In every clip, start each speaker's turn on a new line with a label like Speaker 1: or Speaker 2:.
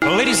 Speaker 1: Ladies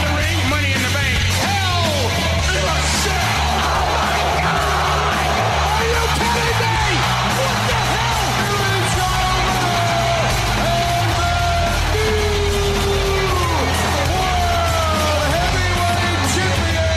Speaker 2: the Ring, Money in the Bank.
Speaker 3: Hell in a Cell. Oh my God! Are you kidding me? What the hell? It's over. And the new World Heavyweight Champion.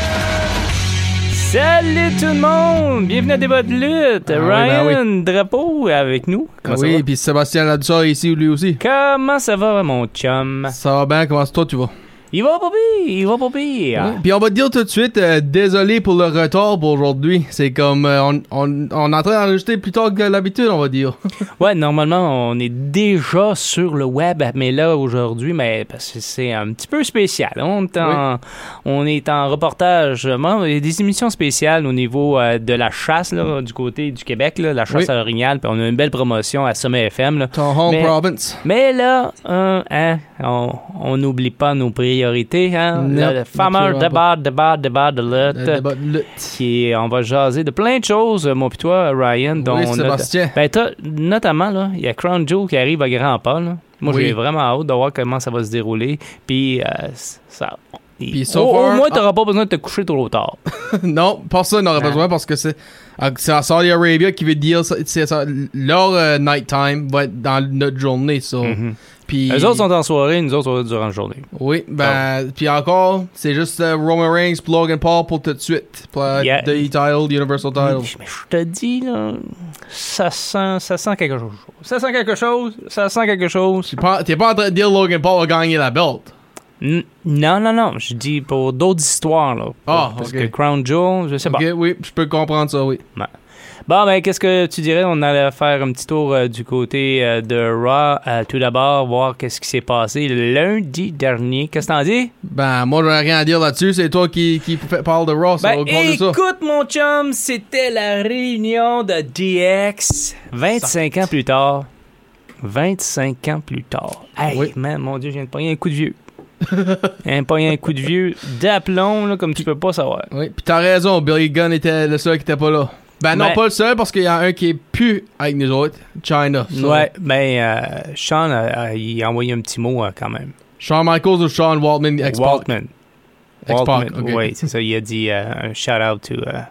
Speaker 4: Salut tout le monde! Bienvenue à Débat de lutte!
Speaker 5: Ah oui,
Speaker 4: Ryan
Speaker 5: ben
Speaker 4: Drapeau est avec nous. Comment ça
Speaker 5: oui,
Speaker 4: va?
Speaker 5: puis Sébastien Labsor ici, lui aussi.
Speaker 4: Comment ça va, mon chum?
Speaker 5: Ça va bien, comment toi tu vas?
Speaker 4: Il va pas pire, il va pas pire.
Speaker 5: Ouais. Puis on va te dire tout de suite, euh, désolé pour le retard pour aujourd'hui. C'est comme, euh, on, on, on est en train d'enregistrer plus tard que l'habitude, on va dire.
Speaker 4: Ouais, normalement, on est déjà sur le web, mais là, aujourd'hui, mais parce que c'est un petit peu spécial. On est en, on est en reportage, euh, bon, il y a des émissions spéciales au niveau euh, de la chasse, là, du côté du Québec, là, la chasse
Speaker 5: Oui.
Speaker 4: à l'orignal, puis on a une belle promotion à Sommet FM. Là.
Speaker 5: Ton home
Speaker 4: Mais-
Speaker 5: province.
Speaker 4: Mais là, hein, hein, on on n'oublie pas nos priorités. Hein?
Speaker 5: Non,
Speaker 4: le fameux
Speaker 5: absolument
Speaker 4: débat, débat, débat de
Speaker 5: Le
Speaker 4: lutte.
Speaker 5: débat de lutte.
Speaker 4: Qui est- on va jaser de plein de choses, moi puis toi, Ryan. dont
Speaker 5: Oui,
Speaker 4: on a-
Speaker 5: Sébastien.
Speaker 4: ben, t'as- notamment, là, il y a Crown Joe qui arrive à grands pas. là. Moi,
Speaker 5: Oui.
Speaker 4: j'ai vraiment hâte de voir comment ça va se dérouler. Puis, euh, ça.
Speaker 5: Puis, so
Speaker 4: au, au
Speaker 5: far-
Speaker 4: moins, t'auras pas besoin de te coucher trop tard.
Speaker 5: non, personne n'aurait
Speaker 4: Ah.
Speaker 5: besoin parce que c'est ah, c'est en Saudi Arabia qui veut dire ça- c'est ça, leur euh, night time va être dans notre journée, ça. Puis
Speaker 4: Les Mm-hmm. Mhm. autres sont en soirée, nous autres, on va être durant la journée.
Speaker 5: Oui,
Speaker 4: Oh.
Speaker 5: ben, puis encore, c'est juste euh, Roman Reigns, puis Logan Paul pour tout de suite. Pour euh,
Speaker 4: Yeah. Mm.
Speaker 5: the title, the Universal
Speaker 4: Mais
Speaker 5: title.
Speaker 4: je te dis, là, ça sent, ça sent quelque chose. Ça sent quelque chose, ça sent quelque chose.
Speaker 5: T'es pas- T'es pas en train de dire Logan Paul a gagné la belt.
Speaker 4: N- non, non, non, je dis pour d'autres histoires, là.
Speaker 5: Ah,
Speaker 4: parce
Speaker 5: ok.
Speaker 4: que Crown Jewel, je sais pas.
Speaker 5: Ok, oui, je peux comprendre ça, oui.
Speaker 4: Bon, ben, qu'est-ce que tu dirais? On allait faire un petit tour euh, du côté euh, de Raw, euh, tout d'abord, voir qu'est-ce qui s'est passé lundi dernier. Qu'est-ce que t'en dis?
Speaker 5: Ben, moi, j'aurais rien à dire là-dessus. C'est toi qui, qui fait- parle de Ross.
Speaker 4: Ben,
Speaker 5: on va conclure ça.
Speaker 4: écoute, mon chum, c'était la réunion de DX 25 ans plus tard. 25 ans plus tard. Hey,
Speaker 5: Oui.
Speaker 4: man, mon Dieu, je viens de pogner un coup de vieux. Je viens de pogner un coup de vieux d'aplomb, là, comme tu peux pas savoir.
Speaker 5: Oui, pis t'as raison, Billy Gunn était le seul qui était pas là. Ben, non,
Speaker 4: Ouais.
Speaker 5: pas le seul, parce qu'il y en a un qui est plus avec nous autres, China. Ça.
Speaker 4: Ouais, ben, euh, Sean, euh, euh, il a envoyé un petit mot euh, quand même.
Speaker 5: Shawn Michaels ou Shawn Waltman, ex
Speaker 4: Waltman.
Speaker 5: Ex-Pac,
Speaker 4: Waltman,
Speaker 5: ok.
Speaker 4: Oui, c'est ça. Il a dit euh, un shout-out to, euh,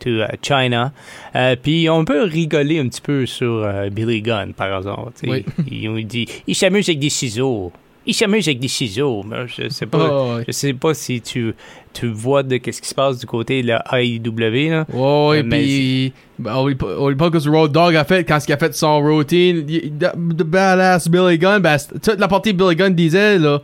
Speaker 4: to euh, China. Euh, Puis on peut rigoler un petit peu sur euh, Billy Gunn, par exemple. tu sais.
Speaker 5: Oui.
Speaker 4: Ils ont dit il s'amuse avec des ciseaux. Il s'amuse avec des ciseaux. Mais Je sais pas.
Speaker 5: Oh, ouais.
Speaker 4: Je sais pas si tu, tu vois de qu'est-ce qui se passe du côté de la AEW. Là.
Speaker 5: Ouais, ouais,
Speaker 4: Mais
Speaker 5: pis. Ben, oublie pas oublie pas que ce Road Dog a fait quand il a fait son routine. il- The the badass Billy Gunn, ben, c'est- toute la partie que Billy Gunn disait, là,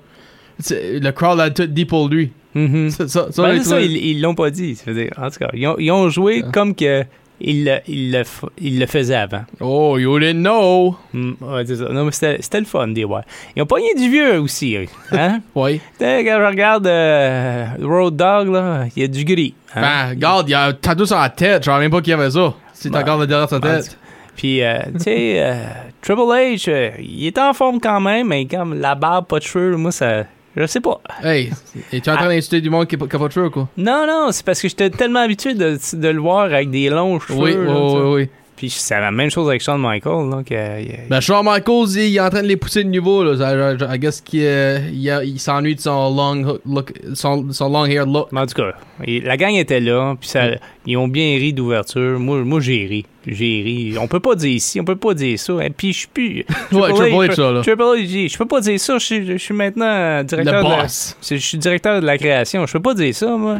Speaker 5: c'est- le crowd a tout dit pour lui.
Speaker 4: Mhm.
Speaker 5: Ça, ça, ça,
Speaker 4: Ben,
Speaker 5: j'ai
Speaker 4: là, ça,
Speaker 5: trouvé-
Speaker 4: ils ils l'ont pas dit. Ça veut dire, en tout cas, ils ont, ils ont joué
Speaker 5: Ah.
Speaker 4: comme que ils le, ils le f- ils le faisaient avant.
Speaker 5: Oh, you didn't know!
Speaker 4: Mm, ouais, c'est ça. Non, mais c'était c'était le fun, des ouais. Ils ont pogné du vieux aussi. eux. Hein?
Speaker 5: Oui.
Speaker 4: Tu sais, quand je regarde euh, Road Dog, là, il y a du gris. hein.
Speaker 5: Ben, regarde, il y a un tatou sur la tête. Je savais même pas qu'il y avait ça. Si
Speaker 4: Ben,
Speaker 5: t'as encore le derrière sa
Speaker 4: ben,
Speaker 5: tête.
Speaker 4: Puis, euh, tu sais, euh, Triple H, euh, il est en forme quand même, mais comme la barbe, pas de cheveux, moi, ça. Je sais pas.
Speaker 5: Hey, et tu es en train d'insulter du monde qui n'a pas de cheveux, quoi?
Speaker 4: Non, non, c'est parce que j'étais tellement habitué de, de le voir avec des longs cheveux.
Speaker 5: Oui, oui,
Speaker 4: là, tu sais.
Speaker 5: oui, oui.
Speaker 4: Puis, c'est la même chose avec Shawn Michaels, là, que, euh, il-
Speaker 5: Ben, Shawn Michaels, il il est en train de les pousser de niveau, là. Ça, je- je- I guess qu'il euh, il a- il s'ennuie de son long hook- look, son, son long hair look.
Speaker 4: Mais en tout cas, il- la gang était là, puis
Speaker 5: Mm.
Speaker 4: ça, ils ont bien ri d'ouverture. Moi, moi j'ai ri. J'ai ri. On peut pas dire ici, on peut pas dire ça. Et puis je suis plus.
Speaker 5: Ouais, Triple H,
Speaker 4: je-
Speaker 5: ça, là.
Speaker 4: Triple H, dit, je peux pas dire ça. Je, suis- je suis maintenant euh, directeur.
Speaker 5: Le
Speaker 4: de la-
Speaker 5: boss.
Speaker 4: c'est- je suis directeur de la création. Je peux pas dire ça, moi.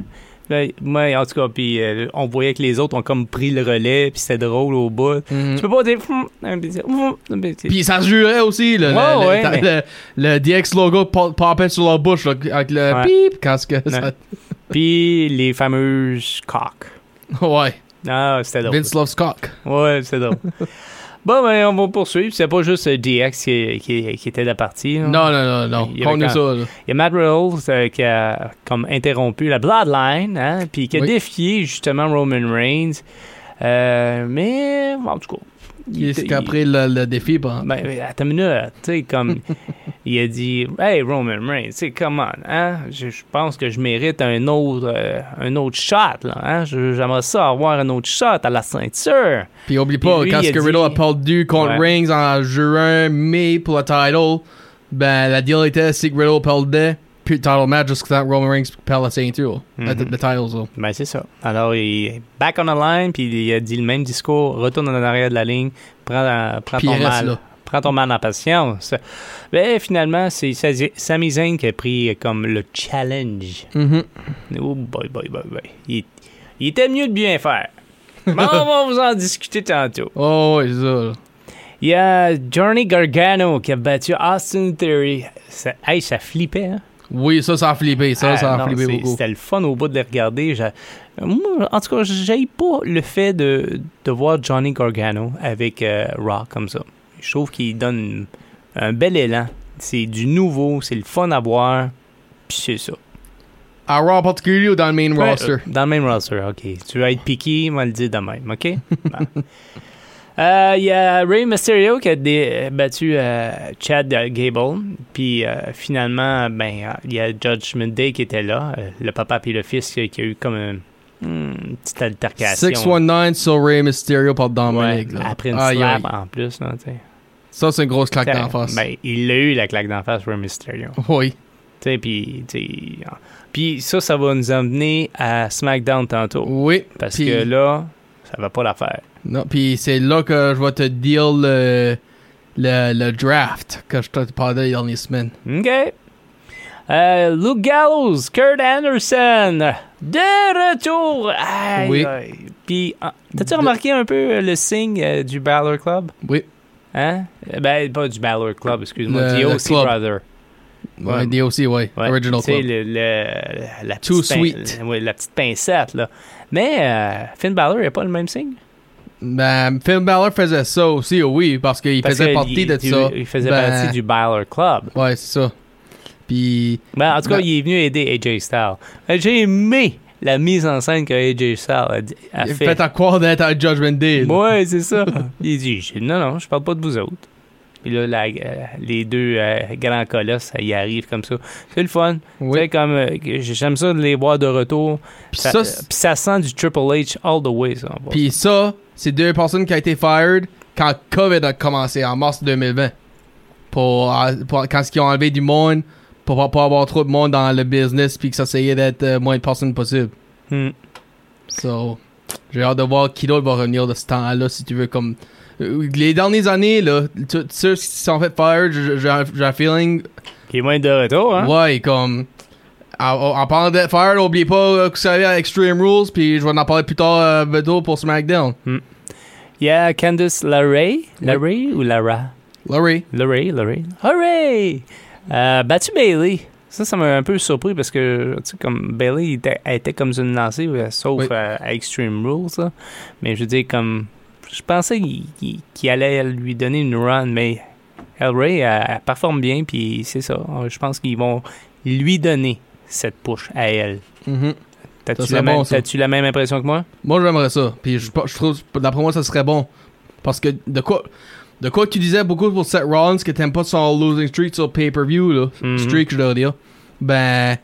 Speaker 4: Ben, moi, en tout cas, puis euh, on voyait que les autres ont comme pris le relais, puis c'était drôle au bout.
Speaker 5: Mhm.
Speaker 4: Tu peux pas dire. Hum, un petit- hum, un petit-
Speaker 5: Puis ça se jurait aussi, là. le-
Speaker 4: Ouais,
Speaker 5: le,
Speaker 4: ouais,
Speaker 5: ta- le- le DX logo pop- popait sur leur bouche, là, avec le
Speaker 4: Ouais.
Speaker 5: pip quand ce que ça.
Speaker 4: Puis les fameuses coques.
Speaker 5: Ouais.
Speaker 4: Ah, c'était drôle.
Speaker 5: Vince loves cock.
Speaker 4: Ouais, c'est drôle. bon, ben, on va poursuivre. C'est pas juste euh, DX qui, qui, qui était de la partie. là.
Speaker 5: Non, non, non, non.
Speaker 4: Il y avait
Speaker 5: Prends-nous
Speaker 4: quand-
Speaker 5: ça, là.
Speaker 4: Il y a Matt Riddle euh, qui a comme interrompu la Bloodline, hein, puis qui a
Speaker 5: Oui.
Speaker 4: défié justement Roman Reigns. Euh, mais, en tout cas,
Speaker 5: Il
Speaker 4: était-
Speaker 5: escaperait le, le défi. Bon.
Speaker 4: Ben, ben, attends une minute, tu sais, comme il a dit, hey Roman Reigns, tu sais, come on, hein, je, je pense que je mérite un autre, euh, un autre shot, là, hein, Je- j'aimerais ça avoir un autre shot à la ceinture.
Speaker 5: Puis oublie
Speaker 4: Puis
Speaker 5: pas,
Speaker 4: lui,
Speaker 5: quand
Speaker 4: il a
Speaker 5: ce que Riddle a
Speaker 4: dit-
Speaker 5: perdu contre
Speaker 4: Ouais.
Speaker 5: Reigns en juin mai pour le title, ben la deal était si que Riddle perdait, puis le title match jusqu'à temps que Roman Reigns perd la ceinture. La-
Speaker 4: Mhm.
Speaker 5: Le title, ça.
Speaker 4: Ben, c'est ça. Alors, il est back on the line, puis il a dit le même discours, retourne en arrière de la ligne, prends, euh, prends
Speaker 5: Puis
Speaker 4: ton
Speaker 5: il reste
Speaker 4: mal.
Speaker 5: là.
Speaker 4: Prends ton mal en patience. Ben, finalement, c'est Sa- Sami Zayn qui a pris euh, comme le challenge.
Speaker 5: Mhm.
Speaker 4: Oh boy, boy, boy, boy. Il, il était mieux de bien faire. Mais on va vous en discuter tantôt.
Speaker 5: Oh, ouais, c'est ça.
Speaker 4: Il y a Johnny Gargano qui a battu Austin Theory. Ça, hey, ça flippait, hein?
Speaker 5: Oui, ça, ça a flippé. Ça,
Speaker 4: Ah,
Speaker 5: ça a
Speaker 4: non,
Speaker 5: flippé
Speaker 4: c'est-
Speaker 5: beaucoup.
Speaker 4: C'était le fun au bout de les regarder. J'a- Moi, en tout cas, j'aille pas le fait de, de voir Johnny Gargano avec euh, Raw comme ça. Je trouve qu'il donne un bel élan. C'est du nouveau, c'est le fun à voir. Puis c'est ça.
Speaker 5: À Raw en particulier ou dans le main
Speaker 4: Ouais,
Speaker 5: roster?
Speaker 4: euh, Dans le même roster, ok. Tu vas être piqué, on va le dire de même, ok? Bon. Euh, Il y a Ray Mysterio qui a dé- battu euh, Chad Gable. Puis euh, finalement, ben, euh, il y a Judgment Day qui était là, euh, le papa puis le fils euh, qui a eu comme un- hmm, une petite altercation.
Speaker 5: 619 sur Ray Mysterio par Dominic.
Speaker 4: Ouais,
Speaker 5: là.
Speaker 4: après une
Speaker 5: Aïe, aïe.
Speaker 4: slap en plus. Là, tu sais.
Speaker 5: Ça, c'est une grosse claque d'en face.
Speaker 4: Ben, il a eu la claque d'en face, Ray Mysterio.
Speaker 5: Oui.
Speaker 4: Tu sais, Puis tu sais, puis ça, ça va nous emmener à SmackDown tantôt.
Speaker 5: Oui.
Speaker 4: Parce
Speaker 5: Puis-
Speaker 4: que là, ça va pas l'affaire.
Speaker 5: Non, puis c'est là que je vais te deal le, le, le draft que je te parlais les dernières semaines.
Speaker 4: OK. Euh, Luke Gallows, Kurt Anderson, de retour. Aïe,
Speaker 5: Oui.
Speaker 4: aïe. Puis, ah, t'as-tu
Speaker 5: De-
Speaker 4: remarqué un peu euh, le signe euh, du Balor Club?
Speaker 5: Oui.
Speaker 4: Hein? Euh, Ben, pas du Balor Club, excuse-moi,
Speaker 5: Le-
Speaker 4: du
Speaker 5: le
Speaker 4: OC
Speaker 5: club.
Speaker 4: Brother.
Speaker 5: Ouais,
Speaker 4: Ouais.
Speaker 5: DOC, ouais.
Speaker 4: Ouais,
Speaker 5: Original
Speaker 4: tu sais,
Speaker 5: Club.
Speaker 4: le- le- la, petite
Speaker 5: Too
Speaker 4: pin-
Speaker 5: sweet.
Speaker 4: ouais, la petite pincette, là. Mais euh, Finn Balor, il a pas le même signe?
Speaker 5: Ben, Finn Balor faisait ça aussi, oh oui, parce qu'il
Speaker 4: Parce
Speaker 5: faisait
Speaker 4: que
Speaker 5: partie
Speaker 4: il-
Speaker 5: de
Speaker 4: il-
Speaker 5: ça.
Speaker 4: Il faisait
Speaker 5: Ben,
Speaker 4: partie du Balor Club.
Speaker 5: Ouais, c'est ça. Puis,
Speaker 4: Ben, en tout cas,
Speaker 5: Ben-
Speaker 4: il est venu aider AJ Styles. Ben, J'ai aimé la mise en scène que AJ Styles a, dit- a
Speaker 5: il a
Speaker 4: fait.
Speaker 5: fait à croire d'être à Judgment Day. là.
Speaker 4: Ouais, c'est ça. il dit j'ai- Non, non, je parle pas de vous autres. Puis là, la- euh, les deux euh, grands colosses, ça y arrive comme ça. C'est le fun. Tu sais,
Speaker 5: Oui.
Speaker 4: comme euh, J'aime ça de les voir de retour.
Speaker 5: Puis
Speaker 4: Ça-
Speaker 5: ça,
Speaker 4: euh, puis ça sent du Triple H all the way, ça. en passant.
Speaker 5: Puis ça, c'est deux personnes qui ont été fired quand COVID a commencé en mars 2020. Pour, euh, pour- quand ils ont enlevé du monde pour pas- pas avoir trop de monde dans le business puis que ça essayait d'être euh, moins de personnes possible.
Speaker 4: Hmm.
Speaker 5: So, j'ai hâte de voir qui d'autre va revenir de ce temps-là si tu veux comme Euh, les dernières années là, tous ceux qui se sont fait fired, j'ai- j'ai un- j'ai un feeling
Speaker 4: Qui est moins de retour, hein?
Speaker 5: ouais comme en, en parlant de fired, n'oubliez pas euh, que vous savez à Extreme Rules puis je vais en parler plus tard euh, Bedo, pour SmackDown.
Speaker 4: Il y a Candice LeRae. LeRae ou Lara?
Speaker 5: Larry.
Speaker 4: Larry, Larry. Hooray! Euh, battu Bailey. Ça, ça m'a un peu surpris parce que, tu sais, comme Bailey elle était, elle était comme sur une lancée, euh, sauf
Speaker 5: Oui.
Speaker 4: euh, à Extreme Rules, là. Mais je veux dire, comme. Je pensais qu'il qu'il- qu'il allait lui donner une run, mais El Ray, elle, elle performe bien, puis c'est ça. Euh, Je pense qu'ils vont lui donner cette push à elle.
Speaker 5: Mhm. Ça
Speaker 4: T'as-tu
Speaker 5: serait
Speaker 4: la,
Speaker 5: bon,
Speaker 4: même-
Speaker 5: ça.
Speaker 4: t'as-tu la même impression que moi?
Speaker 5: Moi, j'aimerais ça. Puis je, je trouve, d'après moi, ça serait bon. Parce que de quoi, de quoi tu disais beaucoup pour Seth Rollins que t'aimes pas son losing streak sur pay-per-view, là.
Speaker 4: Mhm.
Speaker 5: Streak, je dois dire. Ben,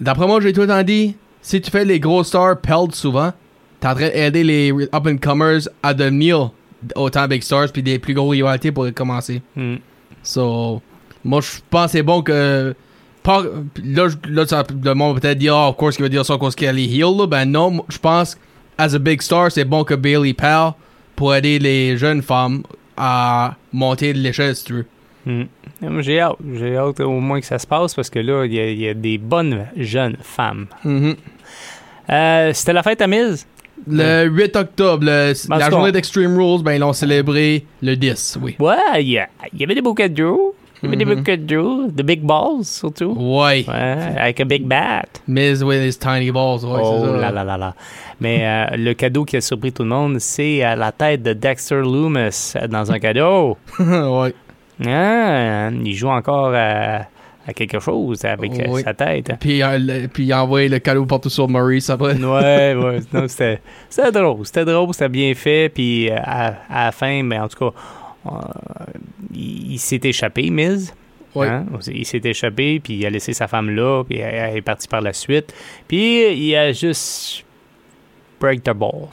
Speaker 5: d'après moi, j'ai tout entendu. Si tu fais les gros stars peld souvent, t'es en train d'aider les up-and-comers à devenir autant big stars puis des plus gros rivalités pour commencer.
Speaker 4: Hmm.
Speaker 5: So, moi, je pense que c'est bon que. par- là, je- là, ça- le monde va peut-être dire, oh, of course, qu'il va dire ça cause qu'elle est heel. là. Ben non, moi, je pense, as a big star, c'est bon que Bailey parle pour aider les jeunes femmes à monter de l'échelle, si tu veux.
Speaker 4: Hmm. Moi, J'ai hâte. J'ai hâte au moins que ça se passe parce que là, il y, a- il y a des bonnes jeunes femmes. Euh, C'était la fête à Miz.
Speaker 5: Le 8 octobre, le-
Speaker 4: Parce
Speaker 5: la
Speaker 4: qu'on-
Speaker 5: journée d'Extreme Rules, ben, ils l'ont célébré le 10, oui.
Speaker 4: Ouais, il y, a- il y avait des bouquets de Drew. Il y avait
Speaker 5: Mhm.
Speaker 4: des bouquets de Drew. Des big balls, surtout.
Speaker 5: Ouais.
Speaker 4: Ouais, avec un big bat.
Speaker 5: Miz with his tiny balls, ouais, c'est
Speaker 4: oh
Speaker 5: ça.
Speaker 4: là là là là. Mais euh, le cadeau qui a surpris tout le monde, c'est euh, la tête de Dexter Loomis euh, dans un cadeau.
Speaker 5: ouais.
Speaker 4: Ah, il joue encore à, à quelque chose avec euh,
Speaker 5: Oui.
Speaker 4: sa tête.
Speaker 5: Puis, euh, le- puis il a envoyé le cadeau partout sur Maurice après.
Speaker 4: ouais, ouais. Non, c'était, c'était drôle. C'était drôle, c'était bien fait. Puis euh, à, à la fin, mais en tout cas, euh, il, il s'est échappé, Miz.
Speaker 5: Ouais.
Speaker 4: Hein? Il s'est échappé, puis il a laissé sa femme là, puis elle, elle est partie par la suite. Puis il a juste break the balls.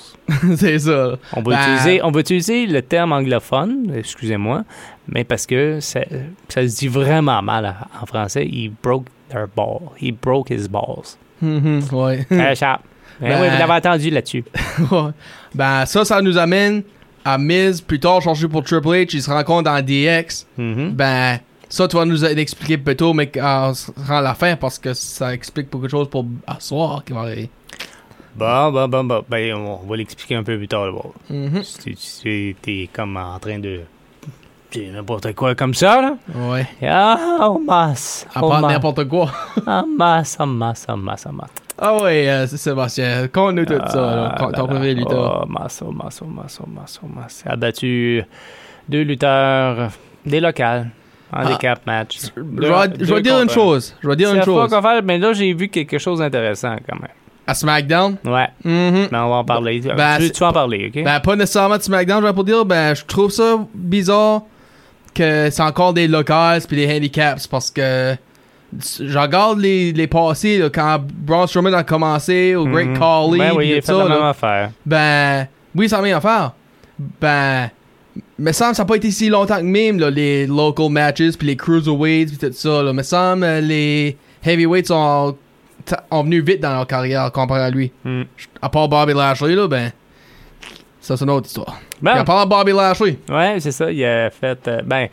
Speaker 5: c'est ça.
Speaker 4: On va,
Speaker 5: Ben-
Speaker 4: utiliser, on va utiliser le terme anglophone, excusez-moi, mais parce que ça, ça se dit vraiment mal en- en français. Il broke their ball. He broke his balls.
Speaker 5: Mhm, ouais.
Speaker 4: Euh, Charles, ben
Speaker 5: Ben-
Speaker 4: oui, vous l'avez entendu là-dessus.
Speaker 5: Ouais. ben ça, ça nous amène à Miz, plus tard changé pour Triple H, il se rencontre dans DX.
Speaker 4: Mhm.
Speaker 5: Ben ça, tu vas nous l'expliquer plus tôt, mais on se rend à la fin parce que ça explique beaucoup de choses pour à soir qui va arriver.
Speaker 4: Bon, bon, bon, bon. Ben, on va l'expliquer un peu plus tard. Là.
Speaker 5: Mhm.
Speaker 4: Si tu es comme en train de. C'est n'importe quoi comme ça, là.
Speaker 5: Ouais,
Speaker 4: Ah, en masse.
Speaker 5: à
Speaker 4: en
Speaker 5: part
Speaker 4: masse,
Speaker 5: n'importe quoi.
Speaker 4: En masse, en masse, en masse, en masse.
Speaker 5: Ah ouais, euh, c'est Sébastien, quand nous tout ça, là,
Speaker 4: Ah,
Speaker 5: quand
Speaker 4: là,
Speaker 5: ton
Speaker 4: là.
Speaker 5: premier lutteur.
Speaker 4: Oh, masse, oh, masse, oh, masse, oh, masse, oh, masse. Il a battu deux lutteurs, des locales, handicap match.
Speaker 5: Ah. Je vais- je vais dire une chose, je vais dire
Speaker 4: C'est
Speaker 5: une
Speaker 4: la fois
Speaker 5: chose.
Speaker 4: qu'on fait, mais là, j'ai vu quelque chose d'intéressant quand même.
Speaker 5: À SmackDown,
Speaker 4: Ouais,
Speaker 5: mhm,
Speaker 4: mais on va en parler. Tu-
Speaker 5: Ben,
Speaker 4: tu,
Speaker 5: c'est-
Speaker 4: tu vas en parler, OK?
Speaker 5: Ben, pas nécessairement de SmackDown, je vais pour dire, ben, je trouve ça bizarre que c'est encore des locales puis des handicaps parce que je regarde les, les passés, là, quand Braun Strowman a commencé, au Great
Speaker 4: Mhm.
Speaker 5: Khali,
Speaker 4: Ben oui,
Speaker 5: puis
Speaker 4: il a
Speaker 5: tout
Speaker 4: fait
Speaker 5: ça,
Speaker 4: la
Speaker 5: là,
Speaker 4: même affaire.
Speaker 5: ben, oui, ça m'a affaire. Ben, me semble que ça n'a pas été si longtemps que même, là, les local matches, puis les cruiserweights, puis tout ça, là. Me semble euh, les heavyweights sont, sont venus vite dans leur carrière comparé à lui.
Speaker 4: Mm.
Speaker 5: À part Bobby Lashley, là, ben, ça, c'est une autre histoire.
Speaker 4: Ben,
Speaker 5: Puis en parlant de Bobby Lashley,
Speaker 4: Ouais, c'est ça. Il a fait. euh, ben,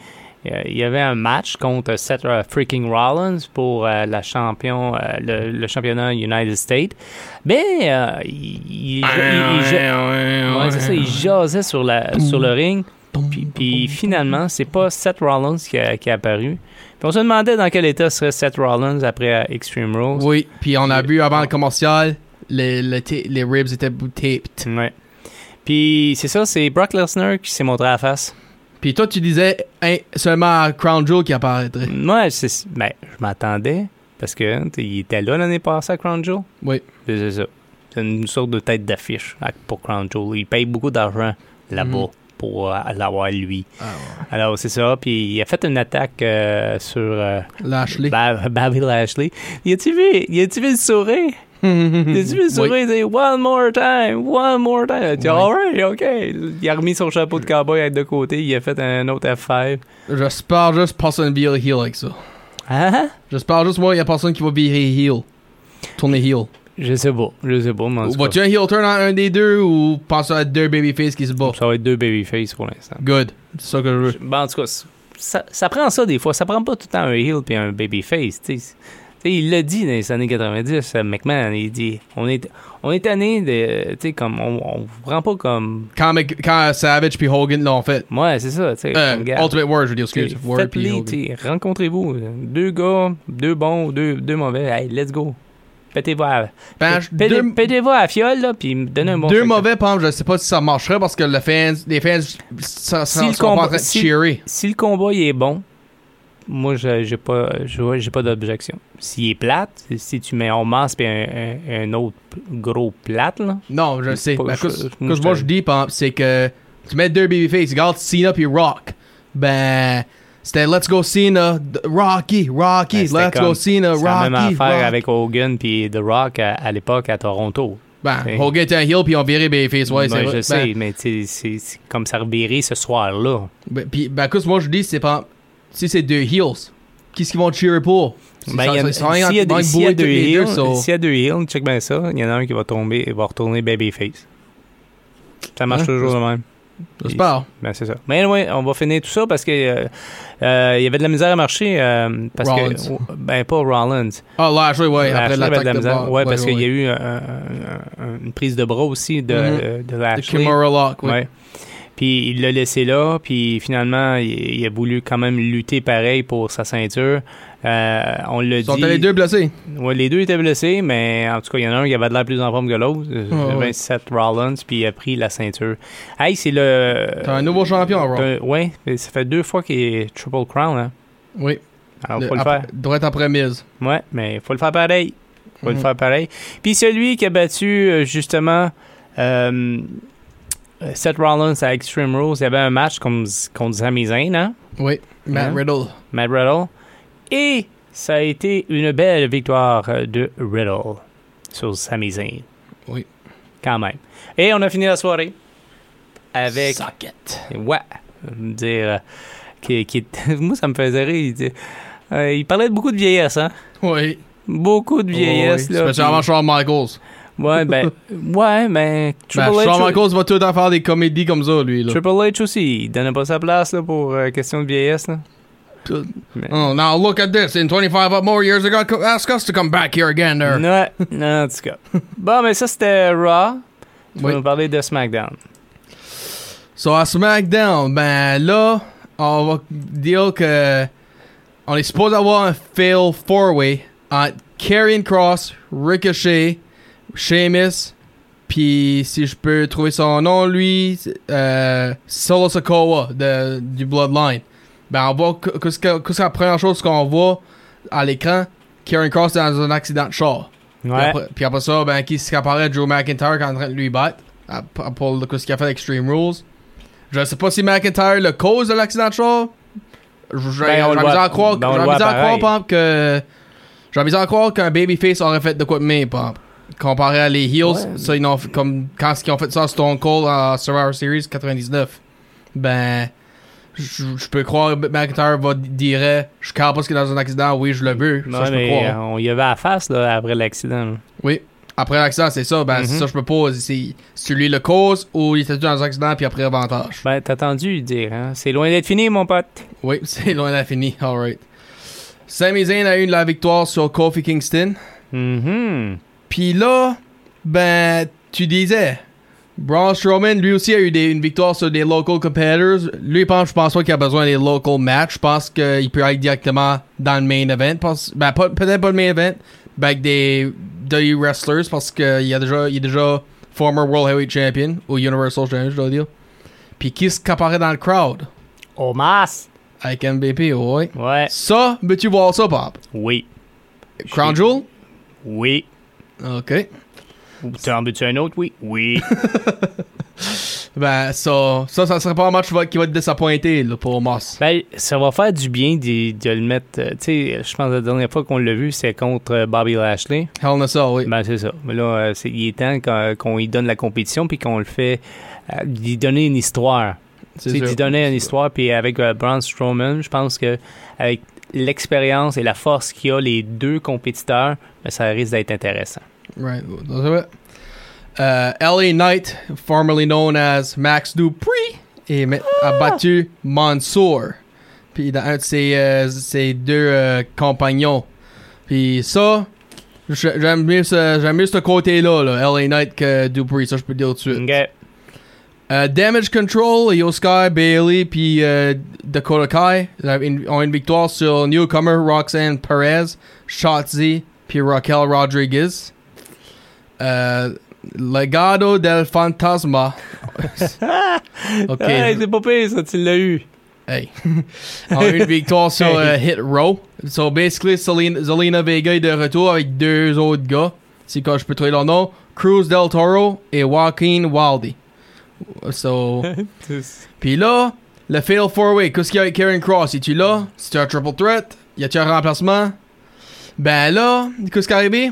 Speaker 4: euh, il y avait un match contre Seth euh, freaking Rollins pour euh, la champion, euh, le, le championnat United States. Mais euh, il, il- il- il- ouais, c'est ça, il jasait sur, la, sur le ring. Puis, puis finalement, c'est pas Seth Rollins qui, a- qui est apparu. Puis on se demandait dans quel état serait Seth Rollins après euh, Extreme Rules.
Speaker 5: oui, puis on a vu avant le commercial, les, les, ta- les ribs étaient taped.
Speaker 4: Ouais. Puis c'est ça, c'est Brock Lesnar qui s'est montré à la face.
Speaker 5: Puis toi, tu disais hein, seulement à Crown Jewel qui apparaîtrait.
Speaker 4: Moi, c'est- ben, je m'attendais parce que t- il était là l'année passée à Crown Jewel.
Speaker 5: Oui.
Speaker 4: C'est- C'est ça. C'est une sorte de tête d'affiche à- pour Crown Jewel. Il paye beaucoup d'argent là-bas
Speaker 5: Mhm.
Speaker 4: pour euh, l'avoir lui. Alors, c'est ça. Puis il a fait une attaque euh, sur euh,
Speaker 5: Lashley.
Speaker 4: Ba- Bobby Lashley. Y a-tu vu, y a-tu vu le sourire? Y a-tu vu le
Speaker 5: Mhm. Oui.
Speaker 4: sourire? Il dit One more time, one more time. Il a dit
Speaker 5: Oui.
Speaker 4: Alright, OK. Il a remis son chapeau de cowboy de côté. Il a fait un autre F5.
Speaker 5: J'espère juste personne vire heel avec ça. Ah,
Speaker 4: Hein?
Speaker 5: J'espère juste, moi, il y a personne qui va virer heel. Tourner heel.
Speaker 4: Je sais pas, je sais pas, mais en tout cas,
Speaker 5: Vois-tu un heel turn en un des deux ou penses à deux babyface qui se battent?
Speaker 4: ça va être deux babyface pour l'instant.
Speaker 5: Good. C'est ça que je veux.
Speaker 4: Ben, en tout cas, c- ça, ça prend ça des fois. Ça prend pas tout le temps un heel puis un babyface, tu sais. Tu sais, il l'a dit dans les années 90, euh, McMahon, il dit « On est, on est tanné de... Tu sais, comme... On, on vous prend pas comme...
Speaker 5: Quand, Mc- quand Savage puis Hogan l'ont fait.
Speaker 4: Moi, c'est ça, tu sais.
Speaker 5: Euh,
Speaker 4: comme, regarde,
Speaker 5: Ultimate War, je veux dire,
Speaker 4: tu sais,
Speaker 5: excuse. War puis
Speaker 4: faites-les,
Speaker 5: Hogan.
Speaker 4: tu sais, rencontrez-vous. euh, Deux gars, deux bons, deux, deux mauvais. Hey, let's go. Pétez-vous à...
Speaker 5: Ben, je-
Speaker 4: pétez-
Speaker 5: deux-
Speaker 4: pétez-vous à la fiole, là, puis donnez un bon...
Speaker 5: Deux
Speaker 4: spectacle.
Speaker 5: mauvais pommes, je sais pas si ça marcherait parce que le fans, les fans ça, ça,
Speaker 4: Si le
Speaker 5: sont pas en train
Speaker 4: combat-
Speaker 5: de
Speaker 4: si-
Speaker 5: cheerer.
Speaker 4: si le combat il est bon, moi je- j'ai pas je vois- j'ai pas d'objection. S'il est plate, si tu mets en masse puis un, un- un autre p- gros plate là.
Speaker 5: Non, je le sais.
Speaker 4: Pas-
Speaker 5: Ben,
Speaker 4: je-
Speaker 5: qu'est-ce
Speaker 4: je-
Speaker 5: qu'est-ce que moi je dis, pommes, c'est que tu mets deux babyface, regarde Cena puis Rock. Ben, c'était Let's Go Cena, d- Rocky,
Speaker 4: ben,
Speaker 5: Rocky,
Speaker 4: c'était
Speaker 5: Let's
Speaker 4: comme-
Speaker 5: Go Cena,
Speaker 4: c'est la même
Speaker 5: Rocky.
Speaker 4: affaire
Speaker 5: Rock.
Speaker 4: avec Hogan puis The Rock à, à l'époque à Toronto.
Speaker 5: Ben,
Speaker 4: Hey.
Speaker 5: Hogan était un heel puis on virait babyface, ouais,
Speaker 4: Ben,
Speaker 5: c'est
Speaker 4: je
Speaker 5: vrai. Ben,
Speaker 4: sais, mais tu sais, c'est c'est comme ça revirait ce soir-là.
Speaker 5: Ben, puis, ben, qu'est-ce que moi je dis, c'est pas. Si c'est deux heels, qu'est-ce qu'ils vont cheerer pour?
Speaker 4: Ben, il y en a-
Speaker 5: Ils sont- ils sont-
Speaker 4: S'il y a
Speaker 5: ils
Speaker 4: des-
Speaker 5: sont
Speaker 4: s'il y a
Speaker 5: bourrés
Speaker 4: deux
Speaker 5: tous les deux, so-
Speaker 4: heels, s'il y a deux heels, check bien ça, il y en a un qui va tomber, il va retourner babyface. Ça marche
Speaker 5: Hein?
Speaker 4: toujours de même.
Speaker 5: J'espère.
Speaker 4: Ben, c'est ça. Mais anyway, on va finir tout ça parce que euh, euh, il y avait de la misère à marcher. euh, parce que,
Speaker 5: Rollins.
Speaker 4: ou- ben, pas Rollins.
Speaker 5: Ah, Lashley, ouais,
Speaker 4: Lashley
Speaker 5: après
Speaker 4: avait
Speaker 5: l'attaque
Speaker 4: de la
Speaker 5: de
Speaker 4: misère.
Speaker 5: Bar-
Speaker 4: ouais, parce
Speaker 5: ouais,
Speaker 4: qu'il y a
Speaker 5: ouais.
Speaker 4: eu un- un- un- une prise de bras aussi de,
Speaker 5: Mhm.
Speaker 4: euh, de
Speaker 5: De
Speaker 4: Lashley.
Speaker 5: Kimura Lock, ouais.
Speaker 4: Ouais. Puis il l'a laissé là, puis finalement, il, il a voulu quand même lutter pareil pour sa ceinture. Euh, on l'a
Speaker 5: Ils sont
Speaker 4: dit.
Speaker 5: les deux blessés.
Speaker 4: Ouais, les deux étaient blessés, mais en tout cas, il y en a un qui avait de l'air plus en forme que l'autre.
Speaker 5: ouais.
Speaker 4: 27 Rollins, puis il a pris la ceinture. Hey, c'est le.
Speaker 5: T'as un nouveau champion, Raw.
Speaker 4: T'as- Ouais, mais ça fait deux fois qu'il est Triple Crown. Hein.
Speaker 5: Oui.
Speaker 4: Alors,
Speaker 5: Le- ah,
Speaker 4: faut le
Speaker 5: après-
Speaker 4: faire.
Speaker 5: Doit être après mise.
Speaker 4: Ouais, mais faut le faire pareil. Faut
Speaker 5: Mhm.
Speaker 4: le faire pareil. Puis celui qui a battu, euh, justement, euh, Seth Rollins à Extreme Rules, il y avait un match comme- contre Sami Zayn, hein?
Speaker 5: Oui. Matt
Speaker 4: Hein?
Speaker 5: Riddle.
Speaker 4: Matt Riddle. Et ça a été une belle victoire euh, de Riddle sur Sami Zayn.
Speaker 5: Oui.
Speaker 4: Quand même. Et on a fini la soirée avec. Ouais. Dire. euh, qui, qui- Moi, ça me faisait rire. Il, dit- euh, il parlait de beaucoup de vieillesse, hein?
Speaker 5: Oui.
Speaker 4: Beaucoup de vieillesse,
Speaker 5: oui.
Speaker 4: là.
Speaker 5: C'est Spécialement Shawn Michaels.
Speaker 4: Ouais, ben. ouais, mais.
Speaker 5: Ben,
Speaker 4: H-
Speaker 5: Shawn Michaels va tout le temps faire des comédies comme ça, lui. Là.
Speaker 4: Triple H aussi, il donnait pas sa place là, pour euh, question de vieillesse. Là.
Speaker 5: Oh, now look at this. In 25 up more years, they're going to ask us to come back here again there.
Speaker 4: Ouais, non, en tout cas. Bon, mais ça, c'était Raw. Tu vas
Speaker 5: Oui.
Speaker 4: nous parler de SmackDown.
Speaker 5: So, à SmackDown, ben là, on va dire que on est supposé avoir un fail four-way entre Karrion Cross, Ricochet, Sheamus, puis si je peux trouver son nom, lui, c'est, euh, Solo Sokoa de, du Bloodline. Ben, on voit que, que, que- que c'est la première chose qu'on voit à l'écran, Karrion Cross dans un accident de char. Puis,
Speaker 4: Ouais.
Speaker 5: après, puis après ça, ben, qui ce qui apparaît Drew McIntyre qui est en train de lui battre à- à- pour le, ce qu'il a fait avec Extreme Rules. Je sais pas si McIntyre le cause de l'accident de char. J- J'ai
Speaker 4: Ben, on le
Speaker 5: j'ai mis
Speaker 4: voit-
Speaker 5: à croire,
Speaker 4: ben, on
Speaker 5: j'ai
Speaker 4: le
Speaker 5: mis à
Speaker 4: voit
Speaker 5: croire,
Speaker 4: pareil.
Speaker 5: Pomp, que j'ai mis à croire qu'un babyface aurait fait de quoi de mieux, Pomp. Comparé à les heels,
Speaker 4: Ouais.
Speaker 5: ça, ils n'ont fait- comme quand ils ont fait ça à Stone Cold à Survivor Series 99. Ben, j- je peux croire que McIntyre va dire je ne pas ce qu'il est dans un accident, oui, je le veux.
Speaker 4: Non,
Speaker 5: Ça, je peux
Speaker 4: mais
Speaker 5: croire. hein.
Speaker 4: euh, on y avait à la face là, après l'accident. là.
Speaker 5: Oui. Après l'accident, c'est ça. Ben,
Speaker 4: Mhm.
Speaker 5: c'est ça, je me pose. C'est c'est lui le cause ou il était dans un accident puis après avantage.
Speaker 4: Ben, t'as entendu dire, hein? C'est loin d'être fini, mon pote.
Speaker 5: Oui, c'est loin d'être fini. Alright. Sami Zayn a eu la victoire sur Kofi Kingston. Mm-hmm.
Speaker 4: Mhm.
Speaker 5: Puis là, ben, tu disais, Braun Strowman, lui aussi, a eu des- une victoire sur des local competitors. Lui, je pense, je pense pas qu'il a besoin des local matchs. Je pense qu'il peut aller directement dans le main event. Pense- ben, pas- peut-être pas le main event, ben, avec des W wrestlers, parce qu'il a déjà, il est déjà former World Heavyweight Champion, ou Universal Champion, je dois dire. Puis qui se apparaît dans le crowd?
Speaker 4: Au masse.
Speaker 5: Avec MVP, ouais.
Speaker 4: Ouais.
Speaker 5: Ça, peux-tu voir ça, Pop?
Speaker 4: Oui.
Speaker 5: Crown Jewel?
Speaker 4: Oui.
Speaker 5: OK.
Speaker 4: T'en veux-tu un autre? Oui. Oui.
Speaker 5: Ben, ça, ça, ça serait pas un match qui va, qui va te disappointer là, pour Moss.
Speaker 4: ben, ça va faire du bien d'y- de, le mettre. euh, tu sais, je pense que la dernière fois qu'on l'a vu, c'est contre euh, Bobby Lashley.
Speaker 5: Hell in a Cell, oui.
Speaker 4: Ben, c'est ça. Mais là, euh, c'est- il est temps qu'on qu'on lui donne la compétition puis qu'on le fait euh, lui donner une histoire.
Speaker 5: c'est
Speaker 4: Tu sais,
Speaker 5: sûr.
Speaker 4: d'y donner une histoire, puis avec euh, Braun Strowman, je pense que avec l'expérience et la force qu'il y a les deux compétiteurs, ben, ça risque d'être intéressant.
Speaker 5: Right. Ça, c'est vrai. Euh, LA Knight, formerly known as Max Dupree, et ma- a battu Mansour. Puis dans un de ses, euh, ses deux euh, compagnons. Puis ça, je- j'aime mieux ce, j'aime mieux ce côté-là, là, LA Knight que Dupree, ça je peux dire tout de suite.
Speaker 4: Ok.
Speaker 5: Euh, Damage Control, Io Sky, Bailey, puis euh, Dakota Kai euh, une- ont une victoire sur Newcomer Roxanne Perez, Shotzi, puis Raquel Rodriguez. Euh, Legado del Fantasma. ok.
Speaker 4: Ah! Hey, c'est pas pire, ça, tu l'as eu.
Speaker 5: Hey. ont eu une Oh, victoire sur euh, Hit Row. So basically, Selena, Zelina Vega est de retour avec deux autres gars. Si quand je peux trouver leur nom. Cruz Del Toro et Joaquin Wildy. So. Puis là, le fail four way, qu'est-ce qu'il y a avec Karen Cross? Es-tu là? C'est un triple threat? Y a-tu un remplacement? Ben là, qu'est-ce qui est arrivé?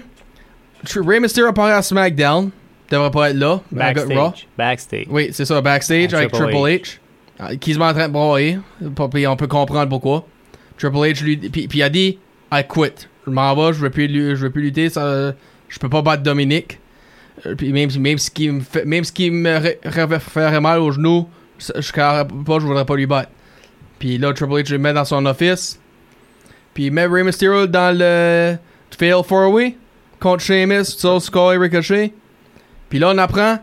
Speaker 5: Tr- Rey Mysterio apparaît à SmackDown. Devrait pas être là. mais à Raw.
Speaker 4: Backstage. Backstage.
Speaker 5: Oui, c'est ça, backstage
Speaker 4: À
Speaker 5: avec Triple
Speaker 4: Triple
Speaker 5: H. Ah, Qui se met en train de broyer. Pas- puis on peut comprendre pourquoi. Triple H, lui, puis, puis il a dit I quit. Je m'en vais, je veux plus, lu- je veux plus lutter, ça, je peux pas battre Dominique. Euh, Puis même, si- même ce qui me, fait- même ce qui me ré- ré- ferait mal au genou, ça- je serais pas, je voudrais pas lui battre. Puis là, Triple H le met dans son office. Puis il met Rey Mysterio dans le Fail 4-Way contre Sheamus, Soul Sky, Ricochet. Puis là, on apprend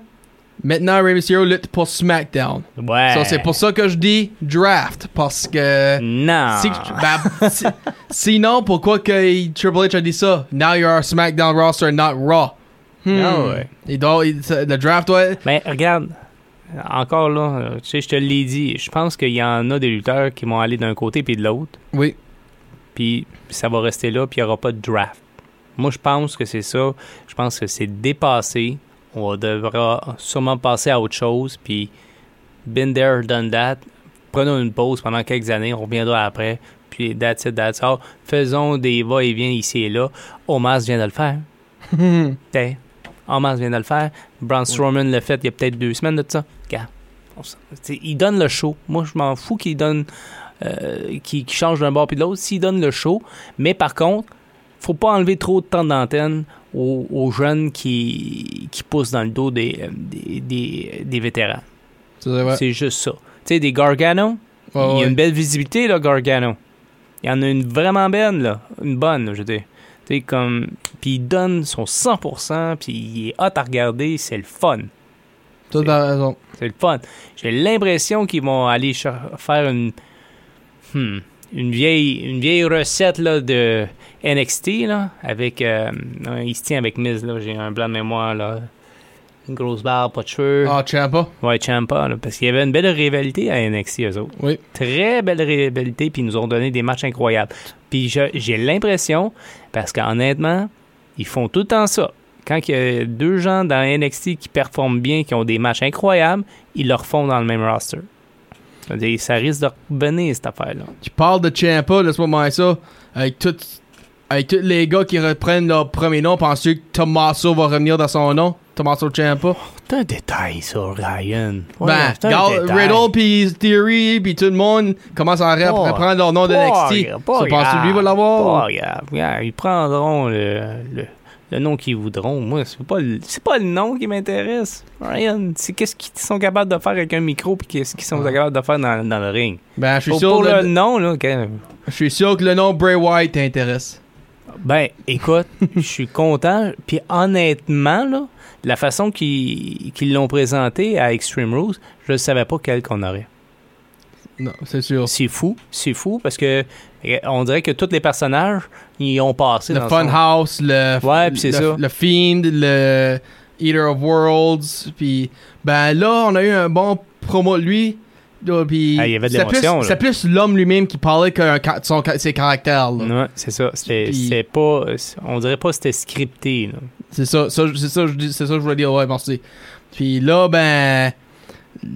Speaker 5: Maintenant, Rey Mysterio lutte pour SmackDown.
Speaker 4: Ouais.
Speaker 5: Ça, c'est pour ça que je dis draft, parce que...
Speaker 4: Eh. Non.
Speaker 5: si- ben, si- sinon, pourquoi que Triple H a dit ça? Now you're our SmackDown roster, not Raw. Hmm.
Speaker 4: Ah ouais.
Speaker 5: Il doit- il- ça- le draft doit être...
Speaker 4: Mais regarde, encore là, euh, tu sais, je te l'ai dit, je pense qu'il y en a des lutteurs qui vont aller d'un côté puis de l'autre.
Speaker 5: Oui.
Speaker 4: puis ça va rester là, puis il n'y aura pas de draft. Moi, je pense que c'est ça. Je pense que c'est dépassé. On devra sûrement passer à autre chose, puis been there, done that. Prenons une pause pendant quelques années, on reviendra après, puis that's it, that's all. Faisons des va-et-vient ici et là. Omas vient de le faire. T'sais, Omas Ben, vient de le faire. Braun Strowman l'a fait il y a peut-être deux semaines de ça. Regarde. on s- t'sais, il donne le show. Moi, je m'en fous qu'il donne. euh, qu'il qu'il change d'un bord puis de l'autre, s'il donne le show. Mais par contre, faut pas enlever trop de temps d'antenne aux, aux jeunes qui, qui poussent dans le dos des, euh, des, des- des vétérans.
Speaker 5: C'est vrai.
Speaker 4: C'est juste ça. Tu sais, des Gargano,
Speaker 5: Ouais,
Speaker 4: il y a
Speaker 5: ouais.
Speaker 4: une belle visibilité, là, Gargano. Il y en a une vraiment belle, là. Une bonne, là, je veux dire. Tu sais, comme. Puis il donne son 100%, puis il est hot à regarder, c'est le fun.
Speaker 5: Tout à raison.
Speaker 4: C'est le fun. J'ai l'impression qu'ils vont aller cher- faire une. hmm, une vieille, une vieille recette là, de NXT là, avec euh, non, il se tient avec Miz là, j'ai un blanc de mémoire là. Une grosse barre, pas de cheveux.
Speaker 5: Ah, Champa.
Speaker 4: Ouais, Champa, parce qu'il y avait une belle rivalité à NXT, eux autres.
Speaker 5: Oui.
Speaker 4: Très belle rivalité, puis ils nous ont donné des matchs incroyables. Puis je- j'ai l'impression, parce qu'honnêtement, ils font tout le temps ça. Quand il y a deux gens dans NXT qui performent bien, qui ont des matchs incroyables, ils leur font dans le même roster. C'est-à-dire, Ça risque de revenir, cette affaire-là.
Speaker 5: Tu parles de Champa, laisse-moi marrer ça. Avec tout, avec tous les gars qui reprennent leur premier nom, penses-tu que Tommaso va revenir dans son nom? Tommaso Champa?
Speaker 4: C'est un détail, ça, Ryan.
Speaker 5: ben, regarde, Riddle puis Theory puis tout le monde commence à rep-
Speaker 4: Oh.
Speaker 5: reprendre leur nom de NXT. Ça penses-tu que lui va l'avoir?
Speaker 4: Pas grave. Regarde, Ils prendront le, le, le nom qu'ils voudront. Moi, c'est pas, le- c'est pas le nom qui m'intéresse. Ryan, c'est qu'est-ce qu'ils sont capables de faire avec un micro puis qu'est-ce qu'ils sont capables de faire dans, dans le ring.
Speaker 5: Ben, Ah. je suis
Speaker 4: Pour,
Speaker 5: sûr,
Speaker 4: pour
Speaker 5: le-
Speaker 4: le, nom, là, que-
Speaker 5: je suis sûr que le nom Bray Wyatt t'intéresse.
Speaker 4: ben, écoute, je suis content. Puis honnêtement, là, la façon qu'ils qu'ils l'ont présenté à Extreme Rules, je ne savais pas quel qu'on aurait.
Speaker 5: Non, c'est sûr.
Speaker 4: C'est fou, c'est fou parce que eh, on dirait que tous les personnages ils ont passé
Speaker 5: Le
Speaker 4: dans son-
Speaker 5: Funhouse, le,
Speaker 4: Ouais, puis c'est
Speaker 5: le-
Speaker 4: ça.
Speaker 5: le Fiend, le Eater of Worlds, puis ben là, on a eu un bon promo de lui. là, puis
Speaker 4: Ah, il y avait de
Speaker 5: c'était plus-
Speaker 4: l'émotion, là.
Speaker 5: C'était plus l'homme lui-même qui parlait que un ca- son ca- ses caractères. là.
Speaker 4: Ouais, c'est ça. C'était
Speaker 5: Puis-
Speaker 4: c'était pas. On dirait pas que c'était scripté. là.
Speaker 5: C'est ça, ça c'est ça, je dis- c'est ça que je voulais dire, ouais, merci. Puis là, ben,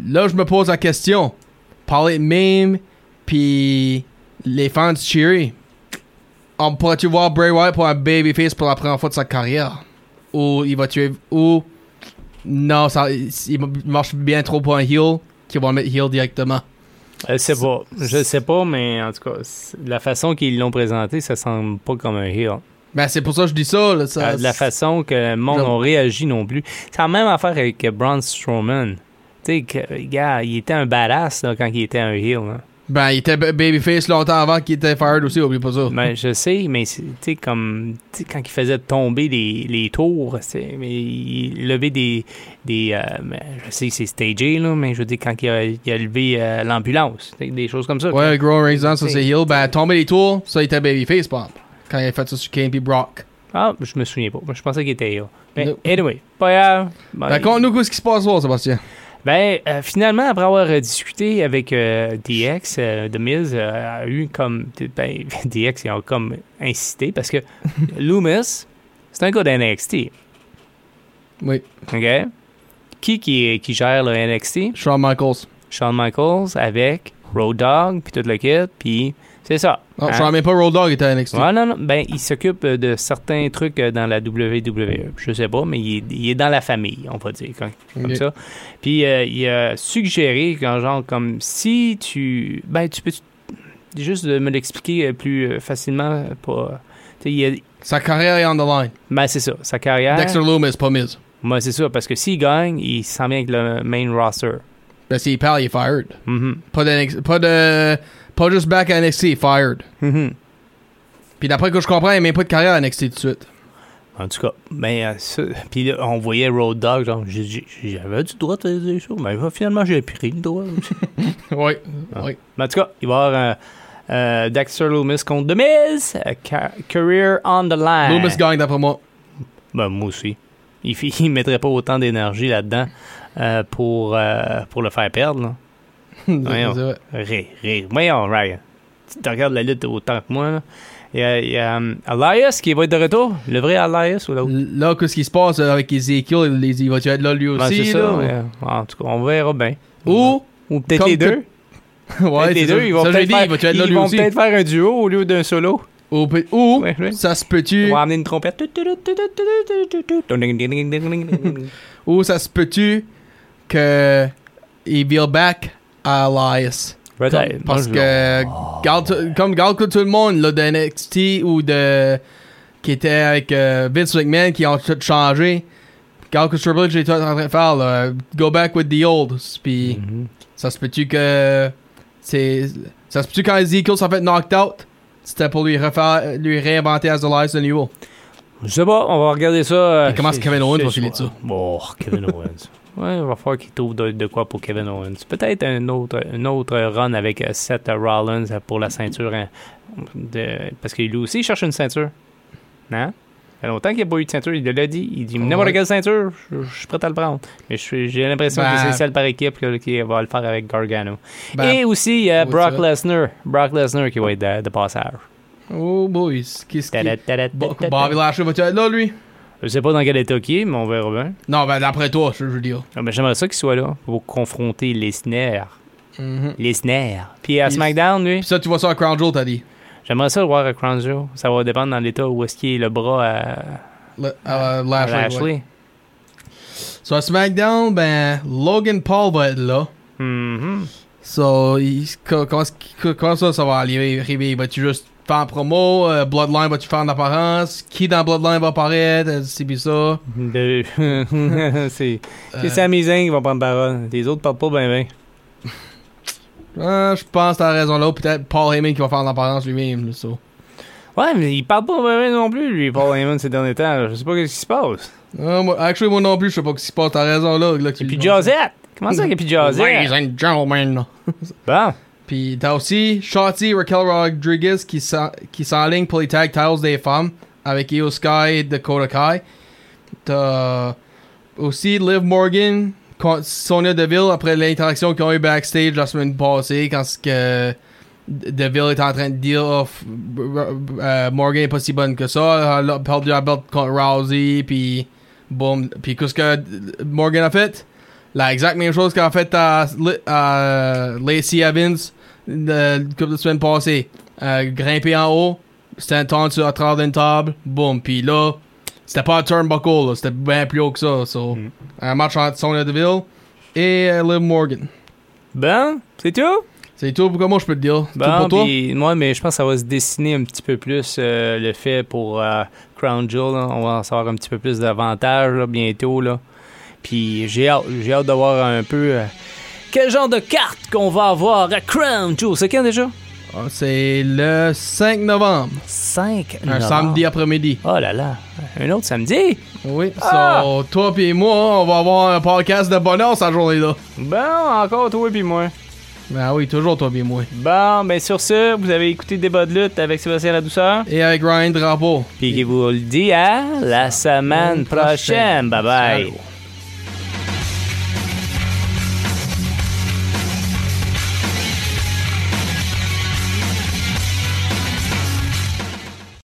Speaker 5: là, je me pose la question. Parler de meme, puis les fans cheery. On pourrait-tu voir Bray Wyatt pour un babyface pour la première fois de sa carrière? Ou il va tuer, ou non, ça, il il marche bien trop pour un heel, qu'ils vont le mettre heel directement.
Speaker 4: Euh, Je sais pas. Je sais pas, mais en tout cas, c'est- la façon qu'ils l'ont présenté, ça semble pas comme un heel.
Speaker 5: Ben, c'est pour ça que je dis ça, là, ça-
Speaker 4: Euh, de la façon que le monde
Speaker 5: J'avoue.
Speaker 4: a réagi non plus. C'est la même affaire avec euh, Braun Strowman. Tu sais, que, gars, il était un badass là, quand il était un heel. hein. là.
Speaker 5: Ben, il était ba- babyface longtemps avant qu'il était fired aussi, oublie pas ça.
Speaker 4: Ben, je sais, mais c'est- tu sais, comme tu sais, quand il faisait tomber les, les tours, c'est- mais il levait des. des euh, ben, je sais, c'est stagé, là, mais je veux dire, quand il a, il a levé euh, l'ambulance, tu sais, des choses comme ça.
Speaker 5: Ouais, le Gros Raisin, ça
Speaker 4: C'est-
Speaker 5: c'est Hill. Ben, tomber les tours, ça il était Babyface, Bob. Quand il a fait ça sur Kane pis Brock.
Speaker 4: Ah, je me souviens pas. Moi, Je pensais qu'il était là. Mais
Speaker 5: No.
Speaker 4: anyway, pas grave. Ben,
Speaker 5: Ben, conte-nous qu'est-ce qui se passe là, Sébastien.
Speaker 4: Ben, euh, finalement, après avoir euh, discuté avec euh, DX, euh, The Miz euh, a eu comme. Ben, DX, ils ont comme incité parce que Loomis, c'est un gars d'NXT.
Speaker 5: Oui,
Speaker 4: OK? Qui, qui, qui gère le NXT?
Speaker 5: Shawn Michaels.
Speaker 4: Shawn Michaels avec Road Dogg, puis tout le kit, puis c'est ça.
Speaker 5: Non,
Speaker 4: Hein?
Speaker 5: Oh, Shawn même pas Road Dogg était à NXT.
Speaker 4: Ouais, non, non. Ben, il s'occupe euh, de certains trucs euh, dans la WWE. Je sais pas, mais il est, il est dans la famille, on va dire, comme, comme
Speaker 5: Ok.
Speaker 4: ça. Puis euh, il a suggéré, qu'en genre, comme si tu. Ben, tu peux. Juste de me l'expliquer euh, plus euh, facilement. euh, Pas, tu sais, il a-
Speaker 5: Sa carrière est on the line.
Speaker 4: ben, c'est ça, sa carrière.
Speaker 5: Dexter Loomis, pas Miz.
Speaker 4: Moi, c'est ça, parce que s'il gagne, il s'en vient avec le main roster.
Speaker 5: Ben, s'il parle, il est fired.
Speaker 4: Mhm.
Speaker 5: Pas de NXT, pas de. Pas juste back à NXT, il est fired.
Speaker 4: Mhm.
Speaker 5: Pis d'après que je comprends, il n'a même pas de carrière à NXT tout de suite.
Speaker 4: En tout cas, ben, euh, ça- puis là, on voyait Road Dog, genre, j'ai- j'ai- j'avais du droit de faire des choses, mais finalement, j'ai pris le droit.
Speaker 5: ouais,
Speaker 4: Ah.
Speaker 5: ouais.
Speaker 4: mais en tout cas, il va y avoir euh, euh, Dexter Loomis contre The Miz, euh, ca- Career on the Line.
Speaker 5: Loomis gagne d'après moi.
Speaker 4: Ben, moi aussi. Il ne mettrait pas autant d'énergie là-dedans euh, pour, euh, pour le faire perdre. là.
Speaker 5: C'est
Speaker 4: Voyons.
Speaker 5: vrai.
Speaker 4: Rire, rire. Voyons, Ryan. tu regardes la lutte autant que moi, là. Il y a, il y a, euh, Elias qui va être de retour. Le vrai Elias ou l'autre?
Speaker 5: Là, qu'est-ce qui se passe avec Ezekiel les- Il va être là lui
Speaker 4: Ben,
Speaker 5: aussi
Speaker 4: c'est ça,
Speaker 5: là,
Speaker 4: mais, euh, En tout cas, on verra bien.
Speaker 5: Ou.
Speaker 4: Ou peut-être
Speaker 5: Comme
Speaker 4: les deux.
Speaker 5: que- Ouais,
Speaker 4: Peut-être les
Speaker 5: c'est
Speaker 4: deux,
Speaker 5: ça.
Speaker 4: ils vont
Speaker 5: Ça, j'ai
Speaker 4: peut-être
Speaker 5: dit,
Speaker 4: faire,
Speaker 5: il va être là
Speaker 4: ils
Speaker 5: lui
Speaker 4: vont
Speaker 5: aussi.
Speaker 4: peut-être faire un duo au lieu d'un solo.
Speaker 5: Ou, peut- ou,
Speaker 4: Ouais, ouais.
Speaker 5: ça se peut-tu.
Speaker 4: On va amener une trompette. Peut-être
Speaker 5: Ou ça se peut-tu que. Il build back à Elias. Comme- parce
Speaker 4: Moi, je-
Speaker 5: que garde, comme garde que tout le monde là, de NXT ou de qui était avec euh, Vince McMahon qui ont tout changé. Garde que Triple H est tout en train de faire là, go back with the old. Puis
Speaker 4: Mhm.
Speaker 5: ça se peut-tu que c'est ça se peut-tu quand Ezekiel s'en fait knocked out, c'était pour lui refaire lui réinventer as the Lies de nouveau.
Speaker 4: Je sais pas, on va regarder ça. euh,
Speaker 5: Et comment est-ce
Speaker 4: c'est-
Speaker 5: que Kevin Owens
Speaker 4: c'est
Speaker 5: va filer
Speaker 4: soir.
Speaker 5: ça?
Speaker 4: Bon, Oh, Kevin Owens. Ouais, il va falloir qu'il trouve de, de quoi pour Kevin Owens. Peut-être un autre, un autre run avec euh, Seth Rollins pour la ceinture. hein, de- parce que lui aussi, il cherche une ceinture. Non? Il y a longtemps qu'il n'y a pas eu de ceinture. Il l'a dit. Il dit N'importe
Speaker 5: Ouais.
Speaker 4: quelle ceinture, je, je suis prêt à le prendre. Mais je suis- j'ai l'impression
Speaker 5: Ben.
Speaker 4: que c'est celle par équipe que- qui va le faire avec Gargano.
Speaker 5: Ben,
Speaker 4: Et aussi, il y a
Speaker 5: oui,
Speaker 4: Brock
Speaker 5: ça.
Speaker 4: Lesnar. Brock Lesnar qui va être de, de passage.
Speaker 5: Oh boys, qu'est-ce qui
Speaker 4: Tadad, tadad,
Speaker 5: Bo-
Speaker 4: tadad,
Speaker 5: Bobby
Speaker 4: tadad.
Speaker 5: Lashley va-tu être là lui
Speaker 4: Je sais pas dans quel état qu'il est, mais on verra bien.
Speaker 5: Non, ben d'après toi, je je veux dire.
Speaker 4: Ah, ben, J'aimerais ça qu'il soit là pour confronter Lesnar. Mm-hmm.
Speaker 5: Mhm.
Speaker 4: Lesnar. Puis à
Speaker 5: Puis-
Speaker 4: SmackDown, lui,
Speaker 5: Puis ça tu vois ça à Crown Jewel t'as dit.
Speaker 4: j'aimerais ça le voir à Crown Jewel. Ça va dépendre dans l'état où est-ce qu'il est le bras à,
Speaker 5: Le- à
Speaker 4: à
Speaker 5: Lashley, ouais.
Speaker 4: Lashley.
Speaker 5: So à SmackDown, ben Logan Paul va être là.
Speaker 4: Mhm.
Speaker 5: So il- co- comment, est-ce qu'il- comment ça ça va aller- arriver? Vas-tu juste faire un promo? Euh, Bloodline va-tu faire une apparence? Qui dans Bloodline va apparaître? Euh, C'est pis ça.
Speaker 4: De- C'est c'est
Speaker 5: Euh,
Speaker 4: Sami Zayn qui va prendre parole. Les autres parlent pas ben ben.
Speaker 5: euh, je pense que t'as raison là. Peut-être Paul Heyman qui va faire une apparence lui-même. là, So.
Speaker 4: Ouais, mais il parle pas ben ben non plus, lui, Paul Heyman, ces derniers temps. Je sais pas ce qui se passe.
Speaker 5: Euh, moi, actually, moi non plus, je sais pas ce qui se passe. T'as raison là. là que tu
Speaker 4: Et puis
Speaker 5: le-
Speaker 4: Josette! Comment ça qu'il y a plus
Speaker 5: Ladies
Speaker 4: Josette?
Speaker 5: and gentlemen.
Speaker 4: Bon.
Speaker 5: Puis t'as aussi Shotzi Raquel Rodriguez qui s'en- qui s'enligne pour les tag titles des femmes avec Io Sky et Dakota Kai. T'as aussi Liv Morgan contre Sonia Deville après l'interaction qu'ils ont eu backstage la semaine passée quand ce que Deville est en train de dire oh, f- euh, Morgan est pas si bonne que ça. Elle a perdu la belt contre Rousey puis boum. Puis qu'est-ce que Morgan a fait? La exacte même chose qu'en fait à, Li- à Lacey Evans de, couple de semaines passées. Euh, grimper en haut, c'était un temps sur à travers d'une table, boum. Puis là, c'était pas un turnbuckle, là, c'était bien plus haut que ça. So,
Speaker 4: Mm.
Speaker 5: Un match entre Sonya Deville et euh, Liv Morgan.
Speaker 4: Bon, c'est tout?
Speaker 5: C'est tout pour moi, je peux te dire. C'est
Speaker 4: Bon,
Speaker 5: tout pour toi.
Speaker 4: Ben, puis, moi, mais je pense que ça va se dessiner un petit peu plus euh, le fait pour euh, Crown Jewel. là. On va en savoir un petit peu plus d'avantages là, bientôt. Là. Puis j'ai hâte, j'ai hâte de voir un peu euh, quel genre de carte qu'on va avoir à Crown Jewel. C'est quand déjà?
Speaker 5: Ah, C'est le 5 novembre,
Speaker 4: 5
Speaker 5: un samedi après-midi.
Speaker 4: Oh là là, un autre samedi?
Speaker 5: Oui.
Speaker 4: Ah!
Speaker 5: So, toi et moi, on va avoir un podcast de bonheur cette journée-là.
Speaker 4: Bon, encore toi et puis moi.
Speaker 5: Ben oui, toujours toi et moi.
Speaker 4: Bon, ben sur ce, vous avez écouté Débat de lutte avec Sébastien Ladouceur.
Speaker 5: Et avec Ryan Drapeau.
Speaker 4: Puis qui vous le dit à la semaine prochaine. Bye bye.
Speaker 5: Ciao.